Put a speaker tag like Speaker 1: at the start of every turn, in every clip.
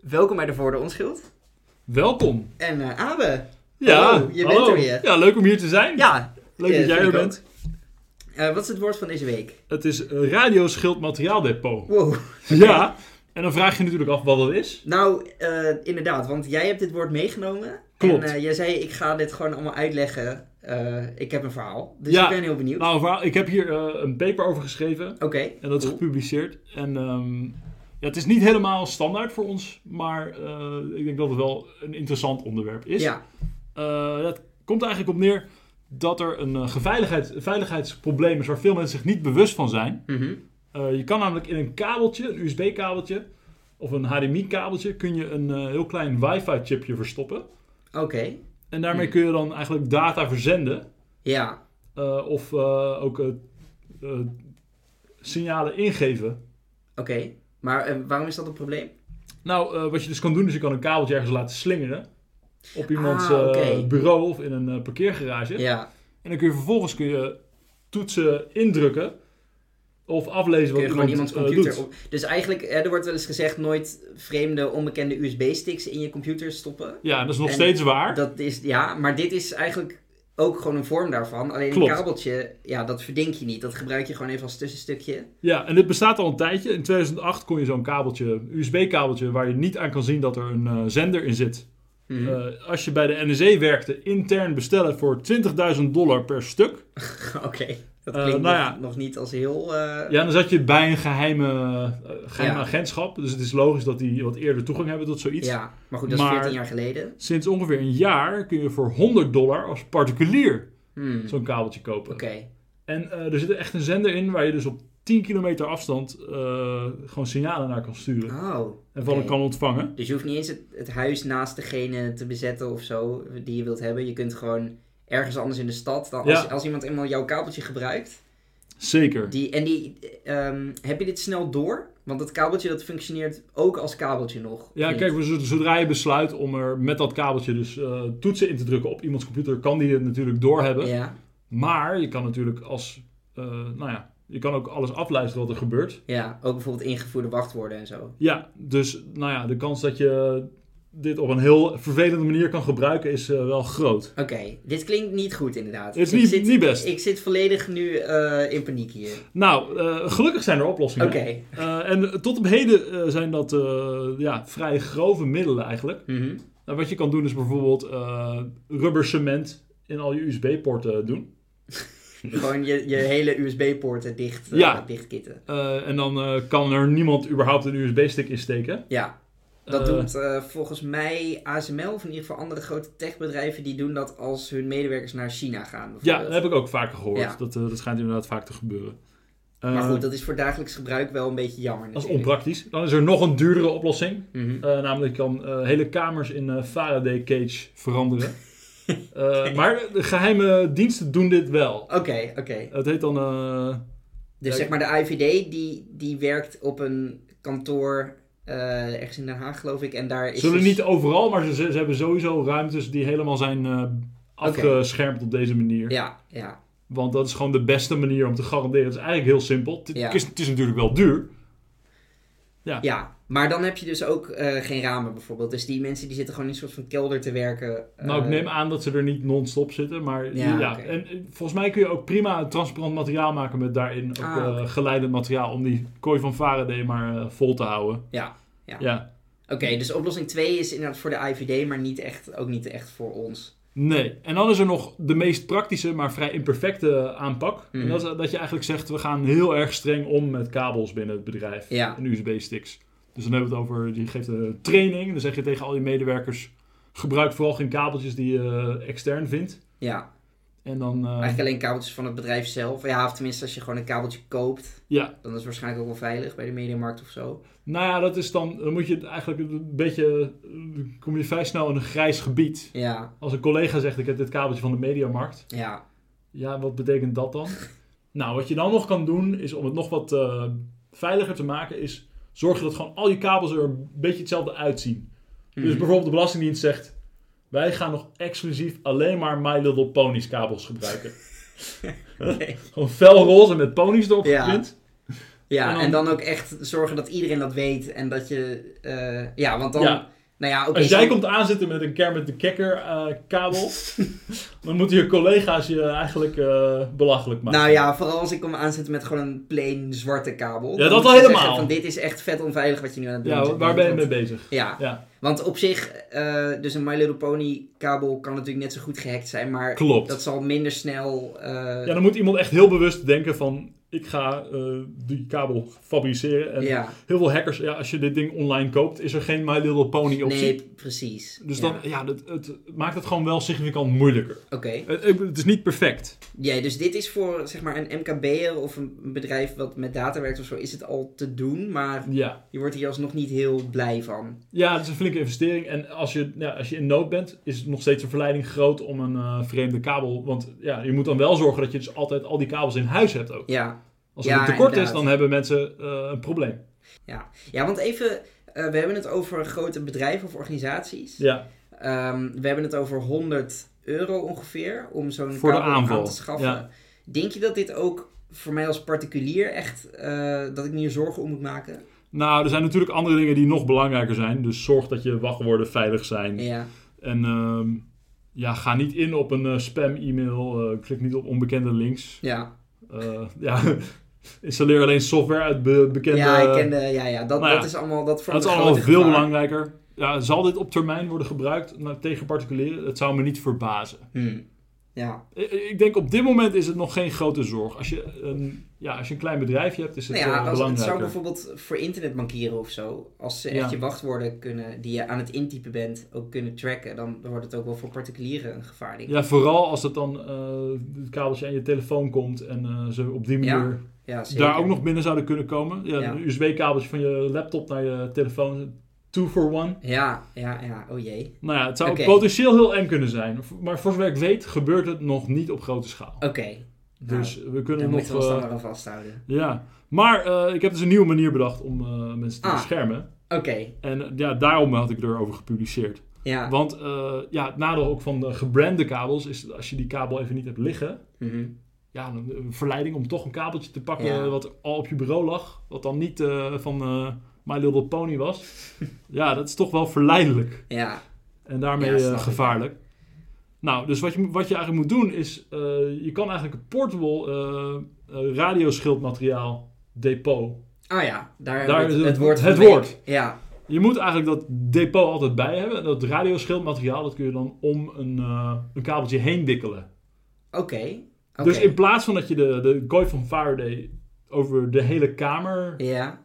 Speaker 1: Welkom bij de Voor de Onschuld.
Speaker 2: Welkom.
Speaker 1: En eh, Abe.
Speaker 2: Ja,
Speaker 1: Hallo, je bent er weer.
Speaker 2: Ja, leuk om hier te zijn.
Speaker 1: Ja.
Speaker 2: leuk
Speaker 1: eh,
Speaker 2: dat jij
Speaker 1: vind
Speaker 2: er
Speaker 1: ik
Speaker 2: bent.
Speaker 1: ook. Eh, wat is het woord van deze week?
Speaker 2: Het is eh, Radioschild Materiaaldepot.
Speaker 1: Wow.
Speaker 2: Ja, en dan vraag je je natuurlijk af wat dat is.
Speaker 1: Nou, eh, inderdaad, want jij hebt dit woord meegenomen.
Speaker 2: Klopt.
Speaker 1: En eh, jij zei, ik ga dit gewoon allemaal uitleggen. Eh, ik heb een verhaal. Dus
Speaker 2: Ja.
Speaker 1: ik ben heel benieuwd.
Speaker 2: Nou, maar ik heb hier eh, een paper over geschreven
Speaker 1: Oké.
Speaker 2: en dat is
Speaker 1: Cool.
Speaker 2: gepubliceerd. En ehm, ja, het is niet helemaal standaard voor ons, maar eh, ik denk dat het wel een interessant onderwerp is.
Speaker 1: Ja.
Speaker 2: Eh, dat komt er eigenlijk op neer dat er een eh, geveiligheid, veiligheidsprobleem is waar veel mensen zich niet bewust van zijn.
Speaker 1: Mhm.
Speaker 2: Eh, je kan namelijk in een kabeltje, een USB-kabeltje of een HDMI-kabeltje, kun je een eh, heel klein wifi-chipje verstoppen.
Speaker 1: Oké.
Speaker 2: En daarmee
Speaker 1: Hm.
Speaker 2: kun je dan eigenlijk data verzenden
Speaker 1: Ja.
Speaker 2: eh, of eh, ook eh, eh, signalen ingeven.
Speaker 1: Oké. Maar eh, waarom is dat een probleem?
Speaker 2: Nou, eh, wat je dus kan doen, is je kan een kabeltje ergens laten slingeren. Op iemands
Speaker 1: Ah,
Speaker 2: eh,
Speaker 1: oké.
Speaker 2: bureau of in een eh, parkeergarage.
Speaker 1: Ja.
Speaker 2: En dan kun je vervolgens kun je toetsen indrukken of
Speaker 1: Kun
Speaker 2: aflezen wat
Speaker 1: je gewoon
Speaker 2: iemand,
Speaker 1: iemands
Speaker 2: eh,
Speaker 1: computer
Speaker 2: doet.
Speaker 1: op... Dus eigenlijk, eh, er wordt wel eens gezegd, nooit vreemde, onbekende USB-sticks in je computer stoppen.
Speaker 2: Ja, dat is nog
Speaker 1: En
Speaker 2: steeds waar.
Speaker 1: Dat is, ja, maar dit is eigenlijk ook gewoon een vorm daarvan. Alleen
Speaker 2: Klopt.
Speaker 1: een kabeltje, ja, dat verdink je niet. Dat gebruik je gewoon even als tussenstukje.
Speaker 2: Ja, en dit bestaat al een tijdje. In 2008 kon je zo'n kabeltje, USB-kabeltje, waar je niet aan kan zien dat er een eh, zender in zit.
Speaker 1: Mhm.
Speaker 2: Eh, als je bij de NEC werkte, intern bestellen voor 20.000 dollar per stuk.
Speaker 1: Oké, dat
Speaker 2: Eh,
Speaker 1: klinkt
Speaker 2: nou
Speaker 1: nog,
Speaker 2: ja.
Speaker 1: nog niet als heel... eh,
Speaker 2: Ja, dan zat je bij een geheime, eh, geheim
Speaker 1: Ja.
Speaker 2: agentschap. Dus het is logisch dat die wat eerder toegang hebben tot zoiets.
Speaker 1: ja, maar goed, dat is
Speaker 2: Maar-
Speaker 1: 14 jaar geleden.
Speaker 2: Sinds ongeveer een jaar kun je voor 100 dollar als particulier
Speaker 1: Hmm, Oké,
Speaker 2: zo'n kabeltje kopen. En eh, er zit echt een zender in waar je dus op 10 kilometer afstand eh, gewoon signalen naar kan sturen.
Speaker 1: oh.
Speaker 2: En van
Speaker 1: oké.
Speaker 2: kan ontvangen.
Speaker 1: Dus je hoeft niet eens het, het huis naast degene te bezetten of zo, die je wilt hebben. Je kunt gewoon ergens anders in de stad. Dan als,
Speaker 2: Ja.
Speaker 1: als iemand eenmaal jouw kabeltje gebruikt.
Speaker 2: Zeker.
Speaker 1: Die, en die, ehm, heb je dit snel door? Want dat kabeltje dat functioneert ook als kabeltje nog. of
Speaker 2: Ja,
Speaker 1: niet?
Speaker 2: kijk, we- zo- zodra je besluit om er met dat kabeltje dus eh, toetsen in te drukken op iemands computer, kan die het natuurlijk doorhebben.
Speaker 1: Ja,
Speaker 2: Maar je kan natuurlijk als, eh, nou ja, je kan ook alles afluisteren wat er gebeurt.
Speaker 1: ja, ook bijvoorbeeld ingevoerde wachtwoorden en zo.
Speaker 2: Ja, dus nou ja, de kans dat je dit op een heel vervelende manier kan gebruiken is eh, wel groot.
Speaker 1: Oké, dit klinkt niet goed inderdaad.
Speaker 2: Het is
Speaker 1: Ik
Speaker 2: niet-
Speaker 1: zit,
Speaker 2: niet best.
Speaker 1: Ik zit volledig nu eh, in paniek hier.
Speaker 2: Nou, eh, gelukkig zijn er oplossingen.
Speaker 1: Oké.
Speaker 2: Eh, en tot op heden eh, zijn dat eh, ja, vrij grove middelen eigenlijk.
Speaker 1: Mhm.
Speaker 2: Nou, wat je kan doen is bijvoorbeeld eh rubber cement in al je USB-poorten doen.
Speaker 1: Gewoon je, je hele USB-poorten dicht, eh,
Speaker 2: Ja.
Speaker 1: dichtkitten.
Speaker 2: Eh, en dan eh, kan er niemand überhaupt een USB-stick in steken.
Speaker 1: Ja, dat
Speaker 2: Eh,
Speaker 1: doet eh, volgens mij ASML of in ieder geval andere grote techbedrijven. Die doen dat als hun medewerkers naar China gaan
Speaker 2: Ja, dat
Speaker 1: bijvoorbeeld.
Speaker 2: heb ik ook vaker gehoord.
Speaker 1: Ja.
Speaker 2: Dat, eh, dat schijnt inderdaad vaak te gebeuren. Eh,
Speaker 1: maar goed, dat is voor dagelijks gebruik wel een beetje jammer
Speaker 2: dat is
Speaker 1: natuurlijk.
Speaker 2: onpraktisch. Dan is er nog een duurdere oplossing.
Speaker 1: Mhm.
Speaker 2: Eh, namelijk je kan eh, hele kamers in eh, Faraday cage veranderen. Eh, maar de geheime diensten doen dit wel.
Speaker 1: Oké, oké.
Speaker 2: Het heet dan... eh,
Speaker 1: Dus
Speaker 2: Ja,
Speaker 1: zeg maar de IVD die, die werkt op een kantoor eh, ergens in Den Haag geloof ik. En daar is
Speaker 2: zullen
Speaker 1: dus-
Speaker 2: niet overal, maar ze, ze ze hebben sowieso ruimtes die helemaal zijn eh, afgeschermd op deze manier.
Speaker 1: Ja, ja.
Speaker 2: Want dat is gewoon de beste manier om te garanderen. Het is eigenlijk heel simpel. Het,
Speaker 1: Ja.
Speaker 2: is, het is natuurlijk wel duur.
Speaker 1: Ja, maar dan heb je dus ook eh, geen ramen bijvoorbeeld. Dus die mensen die zitten gewoon in een soort van kelder te werken. eh,
Speaker 2: nou, ik neem aan dat ze er niet non-stop zitten. Maar
Speaker 1: Ja,
Speaker 2: ja,
Speaker 1: oké.
Speaker 2: en eh, volgens mij kun je ook prima een transparant materiaal maken met daarin ook
Speaker 1: Ah, oké.
Speaker 2: eh, geleidend materiaal. Om die kooi van Faraday maar eh, vol te houden.
Speaker 1: Ja, ja.
Speaker 2: ja.
Speaker 1: Oké, dus oplossing 2 is inderdaad voor de IVD, maar niet echt, ook niet echt voor ons.
Speaker 2: Nee. En dan is er nog de meest praktische, maar vrij imperfecte aanpak.
Speaker 1: Mhm.
Speaker 2: En dat, is dat je eigenlijk zegt, we gaan heel erg streng om met kabels binnen het bedrijf.
Speaker 1: Ja.
Speaker 2: En USB-sticks. Dus dan hebben we het over, je geeft een training. Dan zeg je tegen al je medewerkers, gebruik vooral geen kabeltjes die je eh, extern vindt.
Speaker 1: Ja,
Speaker 2: En dan, eh,
Speaker 1: eigenlijk alleen kabeltjes van het bedrijf zelf. Ja, of tenminste als je gewoon een kabeltje koopt,
Speaker 2: ja.
Speaker 1: dan is het waarschijnlijk ook wel veilig bij de mediamarkt of zo.
Speaker 2: Nou ja, dat is dan, dan moet je het eigenlijk een beetje, eh, kom je vrij snel in een grijs gebied.
Speaker 1: Ja,
Speaker 2: Als een collega zegt, ik heb dit kabeltje van de Mediamarkt.
Speaker 1: ja.
Speaker 2: Ja, wat betekent dat dan? nou, wat je dan nog kan doen, is om het nog wat eh, veiliger te maken, is zorgen dat gewoon al je kabels er een beetje hetzelfde uitzien. Dus
Speaker 1: Mhm.
Speaker 2: bijvoorbeeld de Belastingdienst zegt, wij gaan nog exclusief alleen maar My Little Ponies kabels gebruiken.
Speaker 1: Oké.
Speaker 2: gewoon felroze met ponies erop
Speaker 1: Ja.
Speaker 2: geprint.
Speaker 1: Ja,
Speaker 2: En
Speaker 1: en
Speaker 2: dan-
Speaker 1: dan, ook echt zorgen dat iedereen dat weet. En dat je... eh, ja, want dan...
Speaker 2: Ja.
Speaker 1: Nou ja, oké.
Speaker 2: Als jij
Speaker 1: zo-
Speaker 2: komt aanzitten met een Kermit de Kekker eh, kabel, dan moeten je collega's je eigenlijk eh, belachelijk maken.
Speaker 1: Nou ja, vooral als ik kom aanzetten met gewoon een plain zwarte kabel.
Speaker 2: Ja,
Speaker 1: dan
Speaker 2: dat
Speaker 1: moet
Speaker 2: al
Speaker 1: je
Speaker 2: helemaal.
Speaker 1: zeggen Van, dit is echt vet onveilig wat je nu aan het doen
Speaker 2: Ja,
Speaker 1: bent.
Speaker 2: wa- waar ben je mee
Speaker 1: Want-
Speaker 2: bezig?
Speaker 1: Ja,
Speaker 2: Ja,
Speaker 1: want op zich, eh, dus een My Little Pony kabel kan natuurlijk net zo goed gehackt zijn, maar
Speaker 2: klopt.
Speaker 1: dat zal minder snel... eh,
Speaker 2: Ja, dan moet iemand echt heel bewust denken van, ik ga eh, die kabel fabriceren. En
Speaker 1: ja.
Speaker 2: Heel veel hackers, ja, als je dit ding online koopt, is er geen My Little Pony optie.
Speaker 1: nee, precies.
Speaker 2: Dus
Speaker 1: Ja.
Speaker 2: dan, ja, dat, het maakt het gewoon wel significant moeilijker.
Speaker 1: Oké.
Speaker 2: Het, het is niet perfect.
Speaker 1: Ja, dus dit is voor zeg maar een MKB'er of een bedrijf wat met data werkt of zo, is het al te doen, maar
Speaker 2: Ja.
Speaker 1: je wordt hier alsnog niet heel blij van.
Speaker 2: Ja, het is een flinke investering. En als je, ja, als je in nood bent, is het nog steeds een verleiding groot om een eh, vreemde kabel. Want ja, je moet dan wel zorgen dat je dus altijd al die kabels in huis hebt ook.
Speaker 1: Ja.
Speaker 2: Als er
Speaker 1: Ja,
Speaker 2: een tekort is,
Speaker 1: inderdaad.
Speaker 2: dan hebben mensen eh, een probleem.
Speaker 1: Ja, want even, eh, we hebben het over grote bedrijven of organisaties.
Speaker 2: Ja,
Speaker 1: Ehm, we hebben het over 100 euro ongeveer om zo'n
Speaker 2: Voor de
Speaker 1: kabel
Speaker 2: aanval,
Speaker 1: aan te schaffen.
Speaker 2: ja.
Speaker 1: Denk je dat dit ook voor mij als particulier echt, eh, dat ik me hier zorgen om moet maken?
Speaker 2: nou, er zijn natuurlijk andere dingen die nog belangrijker zijn. Dus zorg dat je wachtwoorden veilig zijn.
Speaker 1: Ja,
Speaker 2: En ehm, ja, ga niet in op een eh, spam-e-mail. eh, klik niet op onbekende links.
Speaker 1: ja.
Speaker 2: Eh, ja, installeer alleen software uit be- bekende...
Speaker 1: ja, ik ken de, ja, ja, dat,
Speaker 2: nou ja,
Speaker 1: dat is allemaal, dat
Speaker 2: Dat
Speaker 1: vormt
Speaker 2: is
Speaker 1: een
Speaker 2: allemaal
Speaker 1: grote
Speaker 2: veel
Speaker 1: gevaar.
Speaker 2: belangrijker. Ja, zal dit op termijn worden gebruikt nou, tegen particulieren? Het zou me niet verbazen.
Speaker 1: Hmm. Ja,
Speaker 2: I- I- Ik denk op dit moment is het nog geen grote zorg. Als je een, ja, als je een klein bedrijfje hebt, is het
Speaker 1: nou ja,
Speaker 2: eh,
Speaker 1: als, het zou
Speaker 2: belangrijker.
Speaker 1: bijvoorbeeld voor internetbankieren of zo, als ze
Speaker 2: Ja.
Speaker 1: echt je wachtwoorden kunnen, die je aan het intypen bent, ook kunnen tracken, dan wordt het ook wel voor particulieren een gevaar, denk ik.
Speaker 2: Ja, vooral als dat dan eh, het kabeltje aan je telefoon komt en eh, ze op die
Speaker 1: Ja,
Speaker 2: manier
Speaker 1: Ja, zeker.
Speaker 2: daar ook nog binnen zouden kunnen komen. Ja,
Speaker 1: Ja.
Speaker 2: Een USB-kabeltje van je laptop naar je telefoon, two for one.
Speaker 1: Ja, ja, ja, oh jee.
Speaker 2: Nou ja, het zou
Speaker 1: Oké.
Speaker 2: potentieel heel eng kunnen zijn. Maar voor zover ik weet, gebeurt het nog niet op grote schaal.
Speaker 1: Oké, Nou,
Speaker 2: Dus we kunnen
Speaker 1: dan
Speaker 2: nog...
Speaker 1: moeten we ons
Speaker 2: eh,
Speaker 1: dan maar aan vasthouden.
Speaker 2: Ja, maar eh, ik heb dus een nieuwe manier bedacht om eh, mensen te
Speaker 1: Ah.
Speaker 2: beschermen.
Speaker 1: Oké,
Speaker 2: En eh, ja, daarom had ik erover gepubliceerd.
Speaker 1: ja.
Speaker 2: Want eh, ja, het nadeel ook van de gebrande kabels is dat als je die kabel even niet hebt liggen,
Speaker 1: Mhm.
Speaker 2: ja, dan eh, een verleiding om toch een kabeltje te pakken
Speaker 1: Ja.
Speaker 2: wat al op je bureau lag, wat dan niet eh, van eh, My Little Pony was. ja, dat is toch wel verleidelijk
Speaker 1: Ja,
Speaker 2: en daarmee
Speaker 1: Ja,
Speaker 2: eh,
Speaker 1: snap ik.
Speaker 2: gevaarlijk. Nou, dus wat je, moet- wat je eigenlijk moet doen is, eh, je kan eigenlijk een portable eh, eh, radioschildmateriaal depot
Speaker 1: oh ja, daar,
Speaker 2: Daar
Speaker 1: wordt
Speaker 2: is
Speaker 1: het,
Speaker 2: het-
Speaker 1: woord van
Speaker 2: het
Speaker 1: de week.
Speaker 2: woord.
Speaker 1: Ja,
Speaker 2: Je moet eigenlijk dat depot altijd bij hebben. En dat radioschildmateriaal, dat kun je dan om een, eh, een kabeltje heen wikkelen.
Speaker 1: oké. oké.
Speaker 2: Dus in plaats van dat je de, de kooi van Faraday over de hele kamer eh,
Speaker 1: Ja,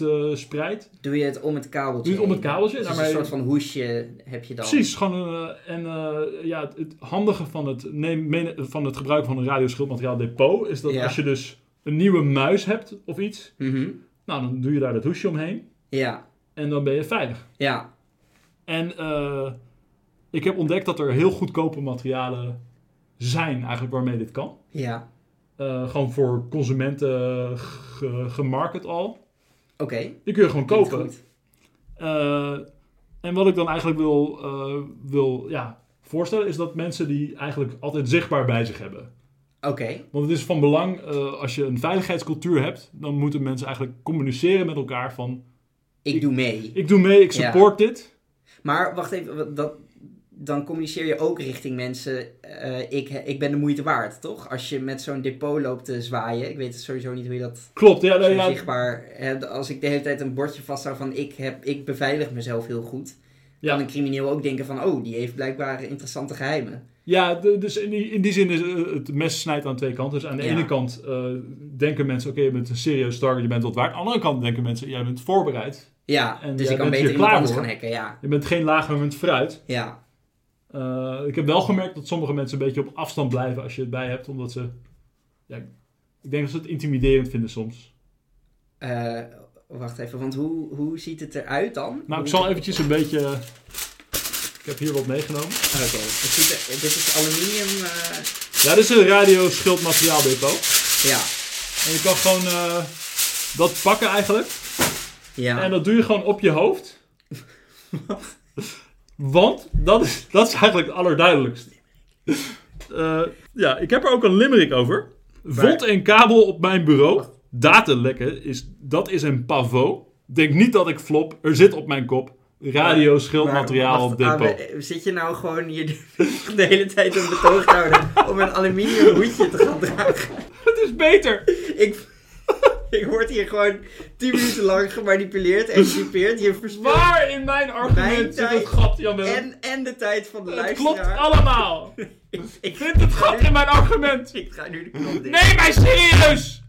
Speaker 2: uitspreidt.
Speaker 1: doe je het om het kabeltje
Speaker 2: doe je het om het
Speaker 1: heen.
Speaker 2: kabeltje.
Speaker 1: Dus
Speaker 2: daarmee-
Speaker 1: een soort van hoesje heb je dan.
Speaker 2: Precies, gewoon een, eh, en eh, ja, het, het handige van het, neem, mene- van het gebruik van een radioschildmateriaal depot is dat
Speaker 1: Ja.
Speaker 2: als je dus een nieuwe muis hebt of iets,
Speaker 1: Mhm.
Speaker 2: nou dan doe je daar dat hoesje omheen
Speaker 1: Ja,
Speaker 2: en dan ben je veilig.
Speaker 1: ja,
Speaker 2: En eh, ik heb ontdekt dat er heel goedkope materialen zijn eigenlijk waarmee dit kan.
Speaker 1: ja.
Speaker 2: Eh, gewoon voor consumenten eh, ge- gemarket al.
Speaker 1: Oké.
Speaker 2: Die kun je gewoon
Speaker 1: klinkt
Speaker 2: kopen.
Speaker 1: goed.
Speaker 2: Eh, en wat ik dan eigenlijk wil, eh, wil ja, voorstellen is dat mensen die eigenlijk altijd zichtbaar bij zich hebben.
Speaker 1: Oké,
Speaker 2: Want het is van belang, eh, als je een veiligheidscultuur hebt, dan moeten mensen eigenlijk communiceren met elkaar van...
Speaker 1: ik,
Speaker 2: Ik-
Speaker 1: doe mee.
Speaker 2: Ik doe mee, ik
Speaker 1: Ja.
Speaker 2: support dit.
Speaker 1: Maar wacht even, wat- dat, dan communiceer je ook richting mensen, eh, ik, ik ben de moeite waard, toch? Als je met zo'n depot loopt te zwaaien, ik weet sowieso niet hoe je dat
Speaker 2: Klopt, ja, nou
Speaker 1: Zo
Speaker 2: ja,
Speaker 1: zichtbaar. hè, als ik de hele tijd een bordje vast zou van ik, heb, ik beveilig mezelf heel goed.
Speaker 2: Ja.
Speaker 1: Kan een crimineel ook denken van oh, die heeft blijkbaar interessante geheimen.
Speaker 2: Ja, de- dus in die, in die zin is eh, het mes snijdt aan twee kanten. Dus aan de
Speaker 1: Ja.
Speaker 2: ene kant eh, denken mensen, oké, je bent een serieus target, je bent wat waard. Aan de andere kant denken mensen, jij bent voorbereid.
Speaker 1: Ja,
Speaker 2: En
Speaker 1: dus
Speaker 2: jij
Speaker 1: ik kan
Speaker 2: bent
Speaker 1: beter
Speaker 2: hier
Speaker 1: iemand
Speaker 2: klaar
Speaker 1: anders
Speaker 2: voor.
Speaker 1: gaan hacken. Ja,
Speaker 2: Je bent geen lager moment fruit.
Speaker 1: ja,
Speaker 2: Eh, ik heb wel gemerkt dat sommige mensen een beetje op afstand blijven als je het bij hebt, omdat ze... Ja, ik denk dat ze het intimiderend vinden soms.
Speaker 1: Eh, wacht even, want hoe, hoe ziet het eruit dan?
Speaker 2: Nou, ik
Speaker 1: Hoe-
Speaker 2: zal eventjes een beetje... Ik heb hier wat meegenomen.
Speaker 1: Oké, het ziet er- dit is aluminium. eh,
Speaker 2: Ja, dit is een radioschildmateriaal depot.
Speaker 1: ja,
Speaker 2: En je kan gewoon eh, dat pakken eigenlijk.
Speaker 1: ja.
Speaker 2: En dat doe je gewoon op je hoofd. Want dat is, dat is eigenlijk het allerduidelijkste. Eh, ja, ik heb er ook een limerick over. Vond een kabel op mijn bureau. datalekken is, dat is een pavot. Denk niet dat ik flop, er zit op mijn kop radio schildmateriaal op
Speaker 1: wacht, ah,
Speaker 2: depot.
Speaker 1: we- zit je nou gewoon hier de, de hele tijd een betoog te houden om een aluminium hoedje te gaan dragen?
Speaker 2: Het is beter!
Speaker 1: Ik, ik word hier gewoon 10 minuten lang gemanipuleerd en getypeerd. Je verspilt
Speaker 2: Waar in mijn
Speaker 1: Mijn
Speaker 2: argument zit
Speaker 1: tijd
Speaker 2: het gat, Jan Willem?
Speaker 1: en, en de tijd van de
Speaker 2: Het
Speaker 1: luisteraar.
Speaker 2: klopt allemaal!
Speaker 1: Ik,
Speaker 2: Vind het gat in mijn argument!
Speaker 1: ik ga nu de knop dicht.
Speaker 2: Neem mij serieus!